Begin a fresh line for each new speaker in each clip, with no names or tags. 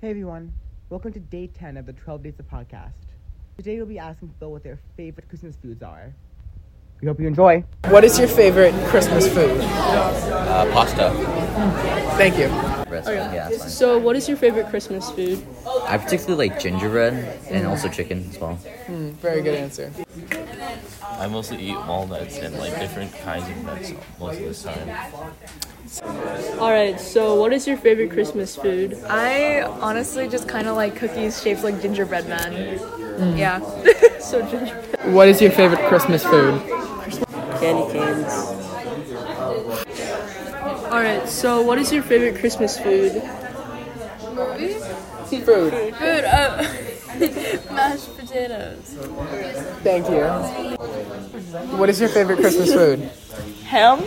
Hey everyone, welcome to day 10 of the 12 Days of Podcast. Today we'll be asking people what their favorite Christmas foods are. We hope you enjoy.
What is your favorite Christmas food?
Uh, pasta.
Thank you.
Rest, yeah, that's fine.
So, what is your favorite Christmas food?
I particularly like gingerbread and also chicken as well.
Hmm, Very good answer.
I mostly eat walnuts and like different kinds of nuts most of the time.
All right. So, what is your favorite Christmas food?
I honestly just kind of like cookies shaped like gingerbread men.
Mm.
Yeah. so gingerbread.
What is your favorite Christmas food?
Candy canes. All right. So, what is your favorite Christmas food?
Food.
Food. uh, mashed potatoes.
Thank you. What is your favorite Christmas food?
Ham.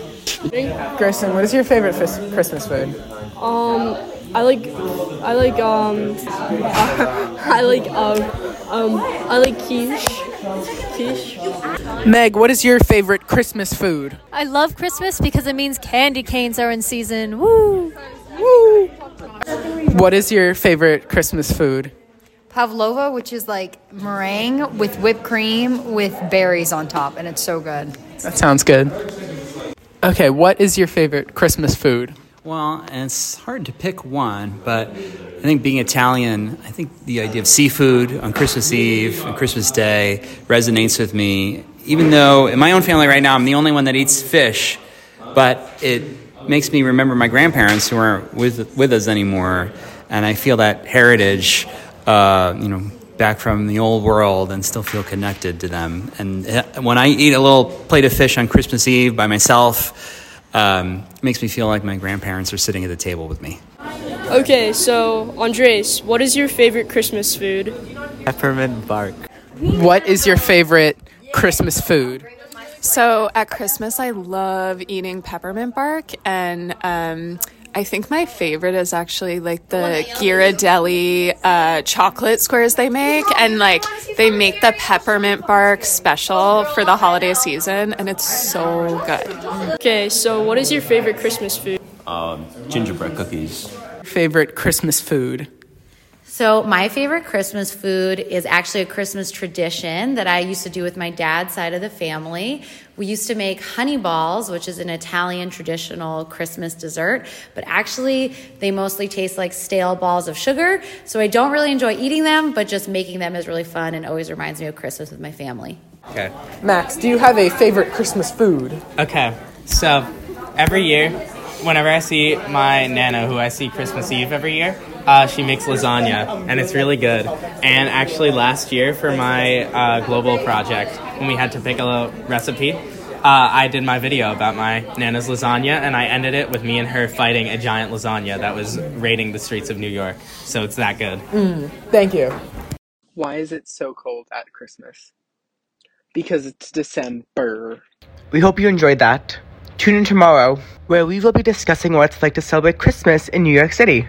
Kirsten, what is your favorite fis- Christmas food?
Um, I like, I like um, I like um, um, I like quiche. Quiche.
Meg, what is your favorite Christmas food?
I love Christmas because it means candy canes are in season. Woo!
What is your favorite Christmas food?
pavlova, which is like meringue with whipped cream with berries on top, and it's so good.
That sounds good. Okay, what is your favorite Christmas food?
Well, and it's hard to pick one, but I think being Italian, I think the idea of seafood on Christmas Eve and Christmas Day resonates with me. Even though in my own family right now, I'm the only one that eats fish, but it makes me remember my grandparents who aren't with, with us anymore. And I feel that heritage, uh, you know, back from the old world and still feel connected to them. And uh, when I eat a little plate of fish on Christmas Eve by myself, um, makes me feel like my grandparents are sitting at the table with me.
Okay. So, Andres, what is your favorite Christmas food?
peppermint bark.
What is your favorite Christmas food?
So at Christmas, I love eating peppermint bark, and um, I think my favorite is actually like the Ghirardelli uh, chocolate squares they make, and like they make the peppermint bark special for the holiday season, and it's so good.
Okay. So, what is your favorite Christmas food?
Gingerbread cookies.
Favorite Christmas food?
So, my favorite Christmas food is actually a Christmas tradition that I used to do with my dad's side of the family. We used to make honey balls, which is an Italian traditional Christmas dessert, but actually they mostly taste like stale balls of sugar. So, I don't really enjoy eating them, but just making them is really fun and always reminds me of Christmas with my family.
Okay.
Max, do you have a favorite Christmas food?
Okay, so every year, whenever I see my nana, who I see Christmas Eve every year, uh, she makes lasagna, and it's really good. And actually, last year for my uh, global project, when we had to pick a little recipe, uh, I did my video about my nana's lasagna, and I ended it with me and her fighting a giant lasagna that was raiding the streets of New York. So it's that good.
Thank you. Why is it so cold at Christmas? Because it's December.
We hope you enjoyed that. Tune in tomorrow, where we will be discussing what it's like to celebrate Christmas in New York City.